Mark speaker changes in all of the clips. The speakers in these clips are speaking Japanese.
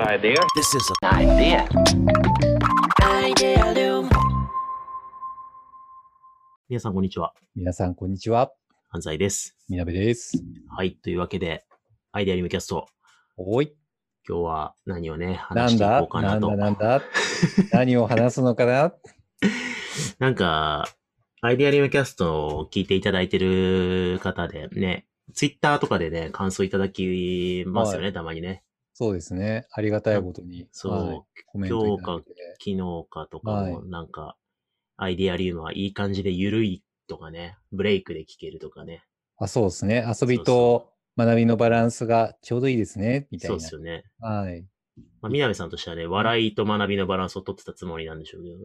Speaker 1: idea.
Speaker 2: This is a
Speaker 1: Idea.
Speaker 2: 皆さんこんにちは。
Speaker 3: 皆さん、こんにちは。
Speaker 2: 安西です。
Speaker 3: みなべです。
Speaker 2: はい。というわけで、アイデアリムキャスト、
Speaker 3: おい、
Speaker 2: 今日は何をね、
Speaker 3: な
Speaker 2: 話し
Speaker 3: ん
Speaker 2: てい
Speaker 3: だ
Speaker 2: こうか
Speaker 3: な
Speaker 2: なんと。
Speaker 3: だ
Speaker 2: な
Speaker 3: な んんだ何を話すのかな
Speaker 2: か、アイデアリムキャストを聞いていただいてる方でね、ツイッターとかでね、感想いただきますよね、
Speaker 3: は
Speaker 2: たまにね。
Speaker 3: そうですね。ありがたいことに。
Speaker 2: そう
Speaker 3: はいコメントいただいて。
Speaker 2: 昨日かとかも、
Speaker 3: は
Speaker 2: なんか、アイデアリウムはいい感じでゆるいとかね、ブレイクで聞けるとかね。
Speaker 3: あ、そうですね。遊び
Speaker 2: そう
Speaker 3: と学びのバランスがちょうどいいですね。みたい
Speaker 2: そう
Speaker 3: な。
Speaker 2: ですよね。
Speaker 3: はい。
Speaker 2: まあ、みなべさんとしてはね、笑いと学びのバランスを取ってたつもりなんでしょうけど、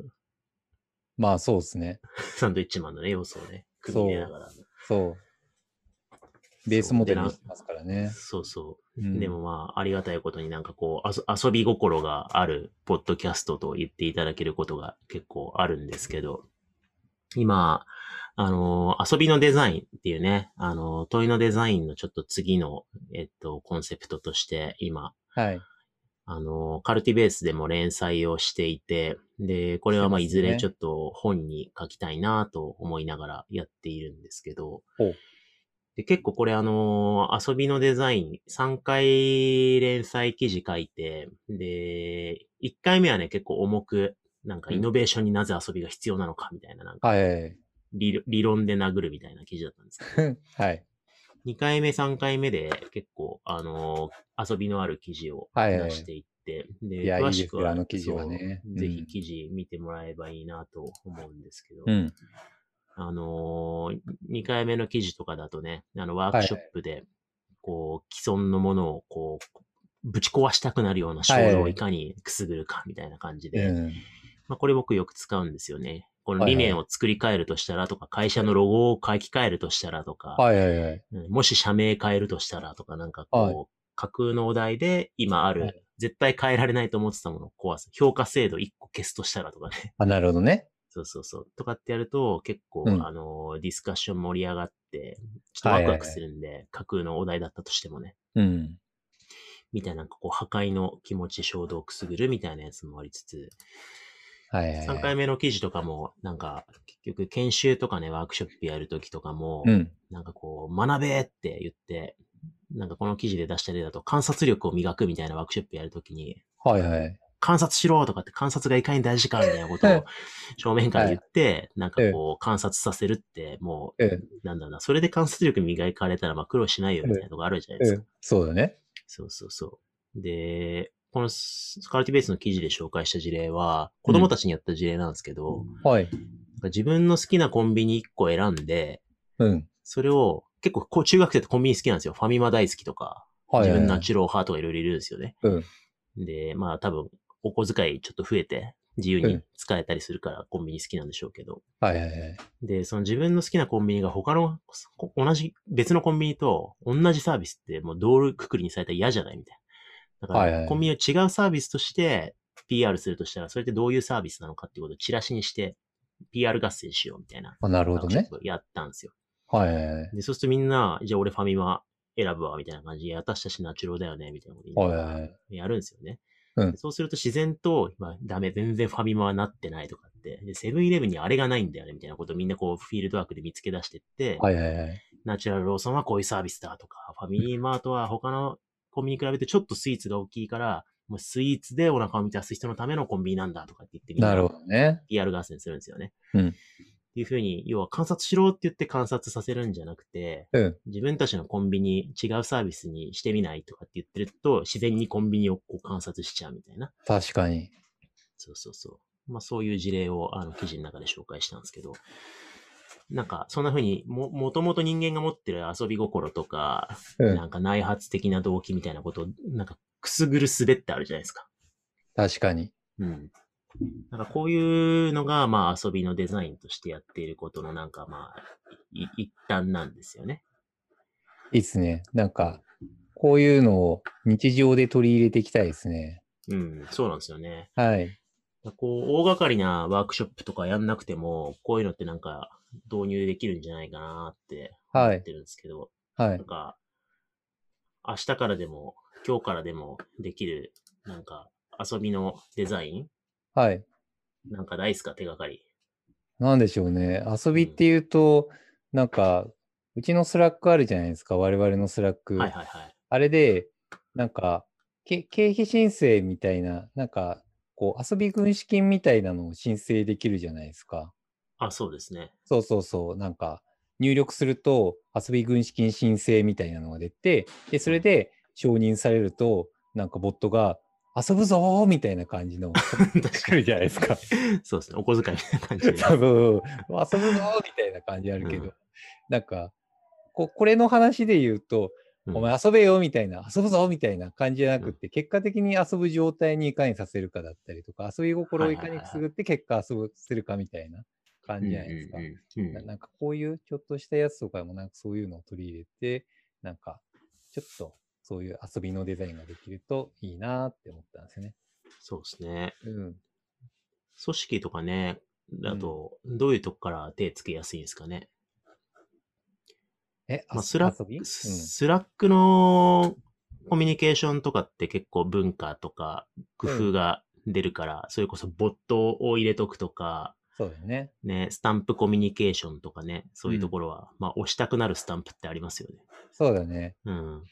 Speaker 3: まあ、そうですね。
Speaker 2: サンドイッチマンのね、要素をね、組み入れながら。
Speaker 3: そう。ベースモデル
Speaker 2: そう
Speaker 3: に
Speaker 2: で
Speaker 3: してますからね。
Speaker 2: そうそう。
Speaker 3: うん
Speaker 2: でもまあ、ありがたいことになんかこう、あそ遊び心があるポッドキャストと言っていただけることが結構あるんですけど、今、あのー遊びのデザインっていうね、あのー問いのデザインのちょっと次の、えっと、コンセプトとして、今、
Speaker 3: はい。
Speaker 2: あのーカルティベースでも連載をしていて、で、これはまあ、い
Speaker 3: してますね
Speaker 2: ずれちょっと本に書きたいなと思いながらやっているんですけど、
Speaker 3: ほう。
Speaker 2: で、結構これあのー遊びのデザイン、3回連載記事書いて、で、1回目はね、結構重く、なんか
Speaker 3: うん
Speaker 2: イノベーションになぜ遊びが必要なのかみたいな、なんか
Speaker 3: はい。
Speaker 2: 理論理論で殴るみたいな記事だったんですけど、
Speaker 3: はい。
Speaker 2: 2回目、3回目で結構、あのー遊びのある記事を
Speaker 3: はいはい
Speaker 2: 出していって、
Speaker 3: い
Speaker 2: で、
Speaker 3: や
Speaker 2: 詳しく
Speaker 3: いいですよ
Speaker 2: は、
Speaker 3: あの記事はね
Speaker 2: そうぜ
Speaker 3: う
Speaker 2: ひ
Speaker 3: ん
Speaker 2: 記事見てもらえばいいなと思うんですけど、
Speaker 3: うん。
Speaker 2: あのー、2回目の記事とかだとね、あの、ワークショップで、こう、既存のものを、こう、ぶち壊したくなるような衝
Speaker 3: はい
Speaker 2: 動をいかにくすぐるか、みたいな感じで、
Speaker 3: うん。
Speaker 2: まあ、これ僕よく使うんですよね。この
Speaker 3: は
Speaker 2: 理
Speaker 3: いはい
Speaker 2: 念を作り変えるとしたらとか、会社のロゴを書き換えるとしたらとか、
Speaker 3: はいはいはい。
Speaker 2: うんもし社名変えるとしたらとか、なんかこう、
Speaker 3: はい
Speaker 2: 架空のお題で今ある、
Speaker 3: はい
Speaker 2: 絶対変えられないと思ってたものを壊す。評価制度1個消すとしたらとかね。
Speaker 3: あ、なるほどね。
Speaker 2: そうそうそう。とかってやると、結構、
Speaker 3: うん
Speaker 2: あの、ディスカッション盛り上がって、ちょっとワクワクするんで、架空のお題だったとしてもね、
Speaker 3: うん。
Speaker 2: みたいな、こう、破壊の気持ち、衝動をくすぐるみたいなやつもありつつ、
Speaker 3: はいはい。
Speaker 2: 3回目の記事とかも、なんか、結局、研修とかね、ワークショップやるときとかも、
Speaker 3: うん。
Speaker 2: なんかこう、学べって言って、なんかこの記事で出した例だと、観察力を磨くみたいなワークショップやるときに、
Speaker 3: はいはい。
Speaker 2: 観察しろとかって観察がいかに大事かみたいなことを正面から言って、なんかこう観察させるって、も
Speaker 3: ええ
Speaker 2: う、なんだろうな、それで観察力磨かれたらまあ苦労しないよみたいなとこあるじゃないです
Speaker 3: う
Speaker 2: か
Speaker 3: ん。。そうだね。
Speaker 2: そうそうそう。で、このスカルティベースの記事で紹介した事例は、子供たちにやった事例なんですけど、
Speaker 3: はい。
Speaker 2: なんか自分の好きなコンビニ1個選んで、
Speaker 3: うん。
Speaker 2: それを結構こう中学生ってコンビニ好きなんですよ。ファミマ大好きとか、
Speaker 3: はい
Speaker 2: 自
Speaker 3: はい
Speaker 2: 分
Speaker 3: は
Speaker 2: ナ
Speaker 3: い。
Speaker 2: チュロー派とかいろいろいるんですよね。
Speaker 3: うん。
Speaker 2: で、まあ多分、お小遣いちょっと増えて、自由
Speaker 3: う
Speaker 2: に
Speaker 3: ん
Speaker 2: 使えたりするからコンビニ好きなんでしょうけど。
Speaker 3: はいはいはい。
Speaker 2: で、その自分の好きなコンビニが他の、こ同じ、別のコンビニと同じサービスってもう道路くくりにされたら嫌じゃないみたいな。だか
Speaker 3: はいは
Speaker 2: ら、
Speaker 3: い
Speaker 2: コンビニを違うサービスとして PR するとしたら、それってどういうサービスなのかっていうことをチラシにして、PR 合戦しようみたいな。
Speaker 3: あ、なるほどね。
Speaker 2: やったんですよ。
Speaker 3: はいはいはい。
Speaker 2: で、そうするとみんな、じゃあ俺ファミマ選ぶわ、みたいな感じで、私たちナチュロだよね、みたいなこと言いながら
Speaker 3: はいはいはい
Speaker 2: やるんですよね。
Speaker 3: うん
Speaker 2: そうすると自然と、まあ、ダメ、全然ファミマはなってないとかって、でセブンイレブンにあれがないんだよね、みたいなことをみんなこう、フィールドワークで見つけ出してって、
Speaker 3: はいはいはい。
Speaker 2: ナチュラルローソンはこういうサービスだとか、ファミリーマートは他のコンビニに比べてちょっとスイーツが大きいから、もうスイーツでお腹を満たす人のためのコンビニなんだとかって言ってみん
Speaker 3: なるほ
Speaker 2: な
Speaker 3: どね。
Speaker 2: PR 合戦するんですよね。
Speaker 3: うん
Speaker 2: っていうふうに、要は観察しろって言って観察させるんじゃなくて、
Speaker 3: うん。
Speaker 2: 自分たちのコンビニ、違うサービスにしてみないとかって言ってると、自然にコンビニをこう観察しちゃうみたいな。
Speaker 3: 確かに。
Speaker 2: そうそうそう。まあそういう事例をあの記事の中で紹介したんですけど、なんかそんな風にも、もともと人間が持ってる遊び心とか、
Speaker 3: うん。
Speaker 2: なんか内発的な動機みたいなことを、なんかくすぐる術ってあるじゃないですか。
Speaker 3: 確かに。
Speaker 2: うん。なんかこういうのが、まあ遊びのデザインとしてやっていることのなんかまあ、い一端なんですよね。
Speaker 3: いいっすね。なんか、こういうのを日常で取り入れていきたいですね。
Speaker 2: うん、そうなんですよね。
Speaker 3: はい。
Speaker 2: こう、大掛かりなワークショップとかやんなくても、こういうのってなんか導入できるんじゃないかなって思
Speaker 3: はい
Speaker 2: ってるんですけど、
Speaker 3: は
Speaker 2: ないん。か、明日からでも今日からでもできる、なんか、遊びのデザイン
Speaker 3: はい。
Speaker 2: なんかないっすか手がかり。
Speaker 3: なんでしょうね。遊びっていうと、なんか、うちのスラックあるじゃないですか。我々のスラック。
Speaker 2: はいはいはい。
Speaker 3: あれで、なんか、け経費申請みたいな、なんか、こう、遊び軍資金みたいなのを申請できるじゃないですか。
Speaker 2: あ、そうですね。
Speaker 3: そうそうそう、なんか、入力すると、遊び軍資金申請みたいなのが出て、で、それで承認されると、なんか、ボットが、遊ぶぞーみたいな感じの、
Speaker 2: 確か
Speaker 3: 来るじゃないですか。
Speaker 2: に。そうですね。お小遣いみたいな感じで。
Speaker 3: 多分、遊ぶぞーみたいな感じあるけど、
Speaker 2: うん
Speaker 3: なんか、ここれの話で言うと、
Speaker 2: うん
Speaker 3: お前遊べよみたいな、遊ぶぞみたいな感じじゃなくって、結果的に遊ぶ状態にいかにさせるかだったりとか、遊び心をいかにくすぐって結果遊ぶするかみたいな感じじゃないですか
Speaker 2: うん。うんうん
Speaker 3: な
Speaker 2: うん
Speaker 3: なんかこういうちょっとしたやつとかもなんかそういうのを取り入れて、なんかちょっとそういう遊びのデザインができるといいなって思ったんですよね。
Speaker 2: そうですね。
Speaker 3: うん。
Speaker 2: 組織とかね、だと、どういうとこから手つけやすいんですかね。
Speaker 3: え、
Speaker 2: まあ
Speaker 3: あ
Speaker 2: スラ
Speaker 3: 遊び、うん、
Speaker 2: スラックのコミュニケーションとかって結構文化とか工夫が出るから、それこそボットを入れとくとか、
Speaker 3: そうだよね。
Speaker 2: ね、スタンプコミュニケーションとかね、そういうところは、まあ押したくなるスタンプってありますよね。
Speaker 3: そうだね。
Speaker 2: うん。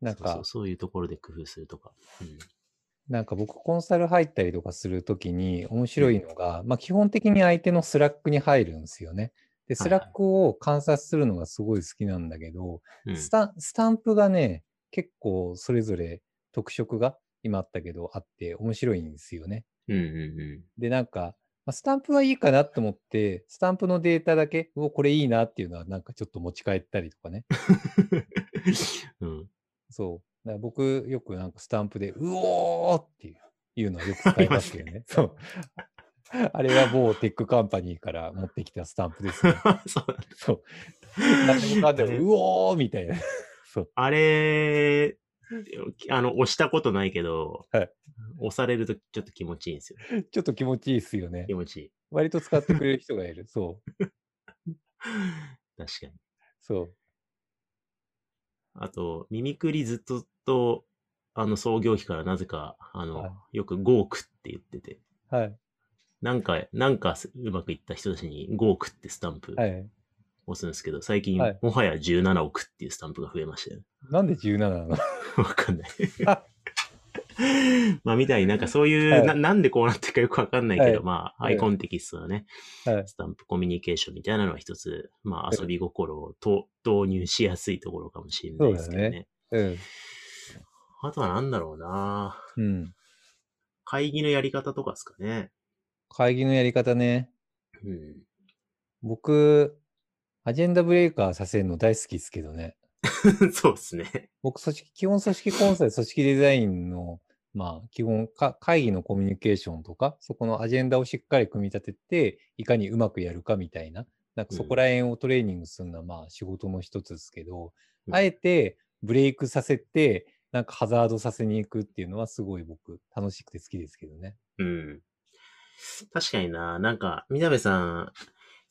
Speaker 3: なん
Speaker 2: そうそ
Speaker 3: か
Speaker 2: う、そういうところで工夫するとか。うん
Speaker 3: なんか僕コンサル入ったりとかするときに面白いのが、まあ基本的に相手のスラックに入るんですよね。で、
Speaker 2: は
Speaker 3: ス
Speaker 2: いは
Speaker 3: ラ
Speaker 2: い
Speaker 3: ックを観察するのがすごい好きなんだけど、
Speaker 2: うん。
Speaker 3: スタスタンプがね、結構それぞれ特色が今あったけどあって面白いんですよね。
Speaker 2: うんうんう
Speaker 3: で、なんか、まあスタンプはいいかなと思って、スタンプのデータだけ、うお、これいいなっていうのはなんかちょっと持ち帰ったりとかね。
Speaker 2: ん。うん。
Speaker 3: そう。だから僕、よくなんかスタンプで、うおーっていういうのをよく使います けどね。そう。あれは某テックカンパニーから持ってきたスタンプです ね。
Speaker 2: そうなんだ
Speaker 3: そう。何でもかんでも、うおーみたいな。 そう。
Speaker 2: あれ、あの、押したことないけど、
Speaker 3: はい
Speaker 2: 押されるとちょっと気持ちいいんですよ。
Speaker 3: ちょっと気持ちいいですよね
Speaker 2: 気。持ちいい。
Speaker 3: 割と使ってくれる人がいる。そう。
Speaker 2: 確かに。
Speaker 3: そう。
Speaker 2: あと、ミミクリずっとと、あの、創業期からなぜか、あの、
Speaker 3: は
Speaker 2: よく5億って言ってて、
Speaker 3: はい。
Speaker 2: なんか、なんかすうまくいった人たちに5億ってスタンプ
Speaker 3: はい。
Speaker 2: 押すんですけど、最近、
Speaker 3: はい
Speaker 2: もはや17億っていうスタンプが増えましたよね。
Speaker 3: なんで17なの
Speaker 2: わかんない
Speaker 3: あ。
Speaker 2: まあ、みたいになんかそういう、
Speaker 3: はい
Speaker 2: な、なんでこうなってるかよくわかんないけど、
Speaker 3: はい
Speaker 2: まあ、ア
Speaker 3: はい
Speaker 2: イコンテキストのね、
Speaker 3: はい
Speaker 2: スタンプコミュニケーションみたいなのは一つ、まあ、
Speaker 3: い
Speaker 2: 遊び心をと導入しやすいところかもしれないですけど
Speaker 3: そうだ
Speaker 2: ね
Speaker 3: うん。
Speaker 2: あとはなんだろうな
Speaker 3: うん。
Speaker 2: 会議のやり方とかですかね。
Speaker 3: 会議のやり方ね。
Speaker 2: うん。
Speaker 3: 僕、アジェンダブレーカーさせるの大好きですけどね。
Speaker 2: そうですね。
Speaker 3: 僕、組織、基本組織コンサル、組織デザインの、まあ、基本か、会議のコミュニケーションとか、そこのアジェンダをしっかり組み立てて、いかにうまくやるかみたいな、なんかそこら辺をトレーニングするのは、まあ、仕事の一つですけど、
Speaker 2: うん
Speaker 3: あえてブレイクさせて、なんかハザードさせに行くっていうのは、すごい僕、楽しくて好きですけどね。
Speaker 2: うん。確かにななんか、みなべさん、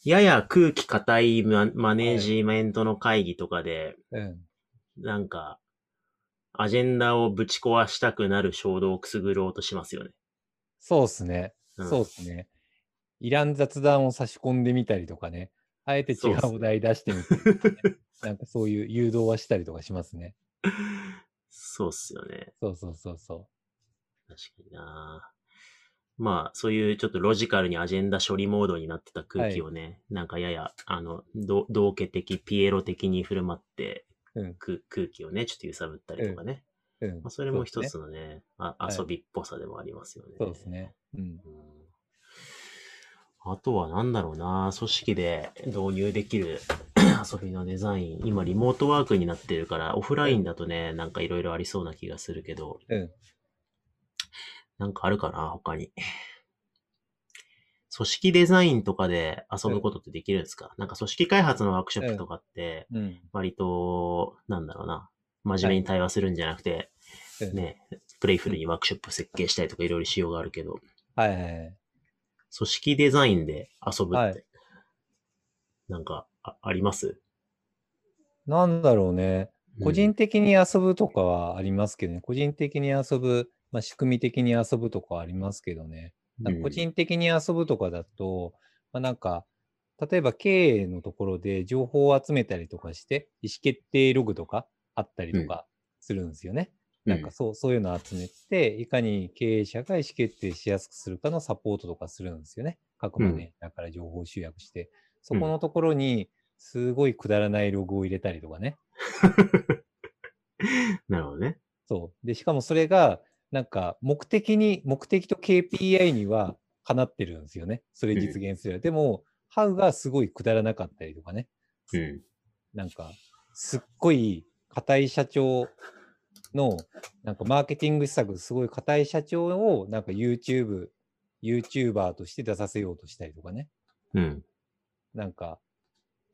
Speaker 2: やや空気硬いママネージメントの会議とかで、
Speaker 3: うん。
Speaker 2: なんか、アジェンダをぶち壊したくなる衝動をくすぐろうとしますよね。
Speaker 3: そうっすね。
Speaker 2: うん
Speaker 3: そうっすね。いらん雑談を差し込んでみたりとかね、あえて
Speaker 2: そう
Speaker 3: 違
Speaker 2: っすね
Speaker 3: うお題出してみたりとかね、 なんかそういう誘導はしたりとかしますね。
Speaker 2: そうっすよね。
Speaker 3: そうそうそうそ
Speaker 2: 確かになまあ、そういうちょっとロジカルにアジェンダ処理モードになってた空気をね、なんかやや、あの、ど道家的、ピエロ的に振る舞って、
Speaker 3: うん
Speaker 2: く空気をね、ちょっと揺さぶったりとかね。
Speaker 3: う。うん
Speaker 2: まあ、それも一つ
Speaker 3: そ
Speaker 2: のね、あ
Speaker 3: はい
Speaker 2: 遊びっぽさでもありますよね。
Speaker 3: うですね。そうですね。
Speaker 2: うんあとは何だろうな、組織で導入できる 遊びのデザイン。今リモートワークになってるから、オフラインだとね、なんかいろいろありそうな気がするけど、
Speaker 3: うん。うん。
Speaker 2: なんかあるかな、他に。組織デザインとかで遊ぶことってできるんですか、なんか組織開発のワークショップとかって、
Speaker 3: うん。
Speaker 2: 割と、なんだろうな、真面目に対話するんじゃなくて、
Speaker 3: うん。
Speaker 2: ね、プレイフルにワークショップ設計したりとかいろいろしようがあるけど、
Speaker 3: はいはいはい。
Speaker 2: 組織デザインで遊ぶって、
Speaker 3: はい
Speaker 2: なんかああります
Speaker 3: なんだろうね。個人的に遊ぶとかはありますけどね、個人的に遊ぶ、まあ、仕組み的に遊ぶとかはありますけどね、なんか個人的に遊ぶとかだと、まあ、なんか、例えば経営のところで情報を集めたりとかして、意思決定ログとかあったりとかするんですよね。なんかそうそういうのを集めて、いかに経営者が意思決定しやすくするかのサポートとかするんですよね。各マネだから情報集約して。そこのところに、すごいくだらないログを入れたりとかね。
Speaker 2: なるほどね。
Speaker 3: そう。で、しかもそれが、なんか目的に、目的と KPI にはかなってるんですよね。それ実現する。うん、でも、ハウがすごいくだらなかったりとかね。
Speaker 2: うん。
Speaker 3: なんか、すっごい硬い社長の、なんかマーケティング施策、すごい硬い社長を、なんか YouTube、YouTuber として出させようとしたりとかね。
Speaker 2: うん。
Speaker 3: なんか、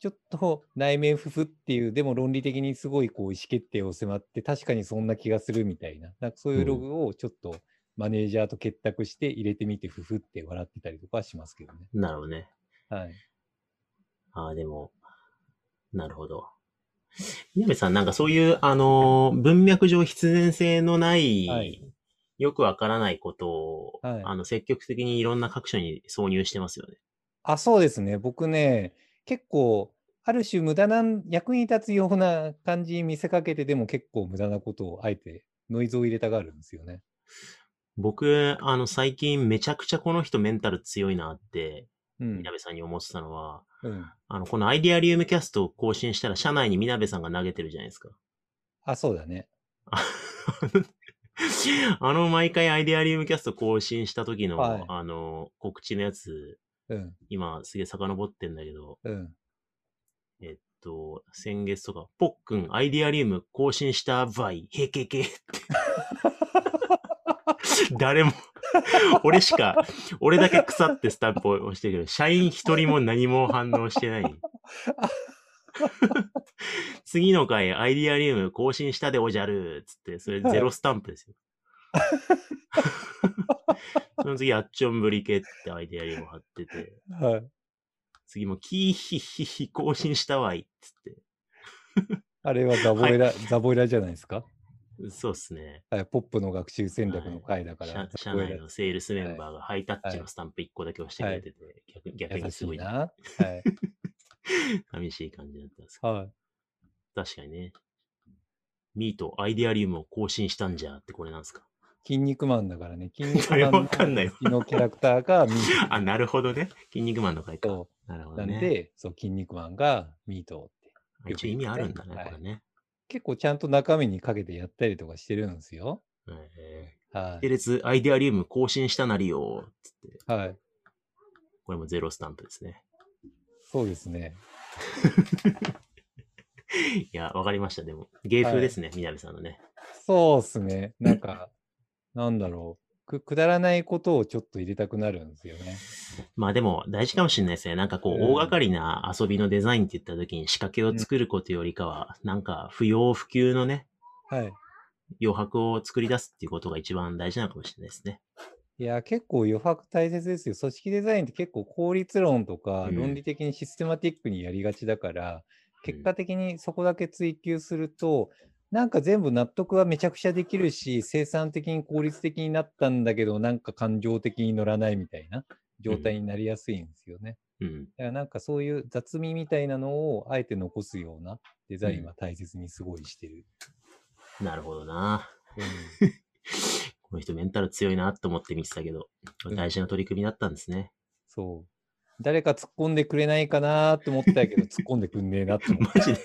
Speaker 3: ちょっと内面ふふっていう、でも論理的にすごいこう意思決定を迫って、確かにそんな気がするみたいな、なんかそういうログをちょっとマネージャーと結託して入れてみて、ふふって笑ってたりとかしますけどね。
Speaker 2: なるほどね。
Speaker 3: はい。
Speaker 2: ああ、でも、なるほど。宮部さん、なんかそういう、あのー、文脈上必然性のない、はい、よくわからないことを、はい、あの、積極的にいろんな各所に挿入してますよね。
Speaker 3: あ、そうですね。僕ね、結構、ある種無駄な、役に立つような感じに見せかけてでも結構無駄なことをあえてノイズを入れたがるんですよね。
Speaker 2: 僕、あの、最近めちゃくちゃこの人メンタル強いなって、みなべさんに思ってたのは、
Speaker 3: うん、
Speaker 2: あの、このアイディアリウムキャストを更新したら、社内にみなべさんが投げてるじゃないですか。
Speaker 3: あ、そうだね。
Speaker 2: あの、毎回アイディアリウムキャスト更新した時の、はい、あの、告知のやつ、
Speaker 3: うん、
Speaker 2: 今すげえ遡ってんだけど、
Speaker 3: うん、
Speaker 2: えっと、先月とか、ポックン、アイディアリウム更新したバイ、へけけって。誰も俺しか、俺だけ腐ってスタンプを押してるけど、社員一人も何も反応してない。次の回、アイディアリウム更新したでおじゃるつって、それゼロスタンプですよ。その次、あっちょんぶりけってアイデアリウム貼ってて。
Speaker 3: はい。
Speaker 2: 次も、キーヒヒヒ更新したわいっつって。
Speaker 3: あれはザボイラ、はい、ザボイラじゃないですか
Speaker 2: そうっすね。、
Speaker 3: はい、ポップの学習戦略の回だから、はい
Speaker 2: 社。社内のセールスメンバーがハイタッチのスタンプ1個だけ押してくれてて、はい、逆逆にすごい。
Speaker 3: いな。はい。
Speaker 2: 寂しい感じだったんですけ
Speaker 3: ど。はい。
Speaker 2: 確かにね。ミート、アイデアリウムを更新したんじゃってこれなんですか
Speaker 3: 筋肉マンだから ね。筋肉マンのキャラクターがミー
Speaker 2: ト。あ、なるほどね。筋肉マンの 回か。なるほど、ね、。
Speaker 3: なんで、そう、筋肉マンがミートって
Speaker 2: 一応意味あるんだね、はい、これね。
Speaker 3: 結構ちゃんと中身にかけてやったりとかしてるんですよ。
Speaker 2: え
Speaker 3: ー、はい。。
Speaker 2: テレツアイデアリウム更新したなりよ、つって
Speaker 3: はい。
Speaker 2: これもゼロスタンプですね。
Speaker 3: そうですね。
Speaker 2: いや、わかりました。でも、芸風ですね、みなべさんのね。
Speaker 3: そうですね。なんか、なんだろうく。くだらないことをちょっと入れたくなるんですよね。
Speaker 2: まあでも大事かもしれないですね。なんかこう、大掛かりな遊びのデザインって言った時に仕掛けを作ることよりかは、うん、なんか不要不急のね、
Speaker 3: はい。
Speaker 2: 余白を作り出すっていうことが一番大事なのかもしれないですね。
Speaker 3: いや、結構余白大切ですよ。組織デザインって結構効率論とか論理的にシステマティックにやりがちだから、うん、結果的にそこだけ追求すると、なんか全部納得はめちゃくちゃできるし、生産的に効率的になったんだけど、なんか感情的に乗らないみたいな状態になりやすいんですよね。
Speaker 2: うん。
Speaker 3: だからなんかそういう雑味みたいなのをあえて残すようなデザインは大切にすごいしてる。
Speaker 2: うん、なるほどな。
Speaker 3: うん、
Speaker 2: この人メンタル強いなと思って見てたけど、大事な取り組みだったんですね。
Speaker 3: うん、そう。誰か突っ込んでくれないかなと思ったけど、突っ込んでくんねえなって思
Speaker 2: って。マジで、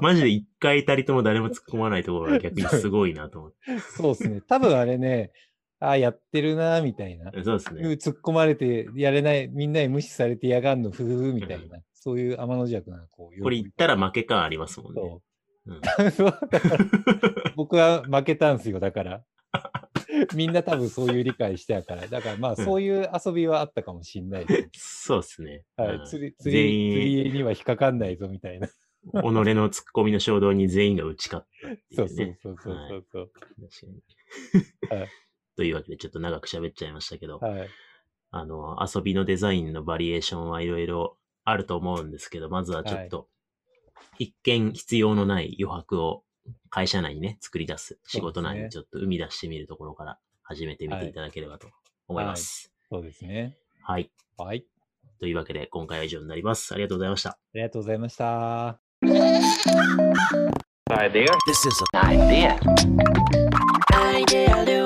Speaker 2: マジで一回たりとも誰も突っ込まないところが逆にすごいなと思って。
Speaker 3: そうですね。多分あれね、ああ、やってるなみたいな。
Speaker 2: そうですね。
Speaker 3: 突っ込まれて、やれない、みんなに無視されてやがんの、ふふふみたいな。そういう天の弱な、。
Speaker 2: こう。これ言ったら負け感ありますもんね。そう。
Speaker 3: うん、 僕は負けたんですよ、だから。みんな多分そういう理解してやから。だからまあそういう遊びはあったかもしんないです
Speaker 2: そうですね。
Speaker 3: は い。釣り、釣り、釣りには引っかかんないぞみたいな。
Speaker 2: 己のツッコミの衝動に全員が打ち勝ったって
Speaker 3: いう、ね。そうそうそうそうそう、はい、
Speaker 2: 確かに。はい、 というわけでちょっと長く喋っちゃいましたけど、
Speaker 3: はい、
Speaker 2: あの、遊びのデザインのバリエーションはいろいろあると思うんですけど、まずはちょっと、一見必要のない余白を会社内にね、作り出す、仕事内
Speaker 3: そうで
Speaker 2: に
Speaker 3: す
Speaker 2: ちょっと生み出してみるところから始めてみていただければと思います。
Speaker 3: そうですね。
Speaker 2: はい。
Speaker 3: はい。
Speaker 2: というわけで、今回は以上になります。ありがとうございました。
Speaker 3: ありがとうございました。
Speaker 1: Idea. This is an idea. Idea.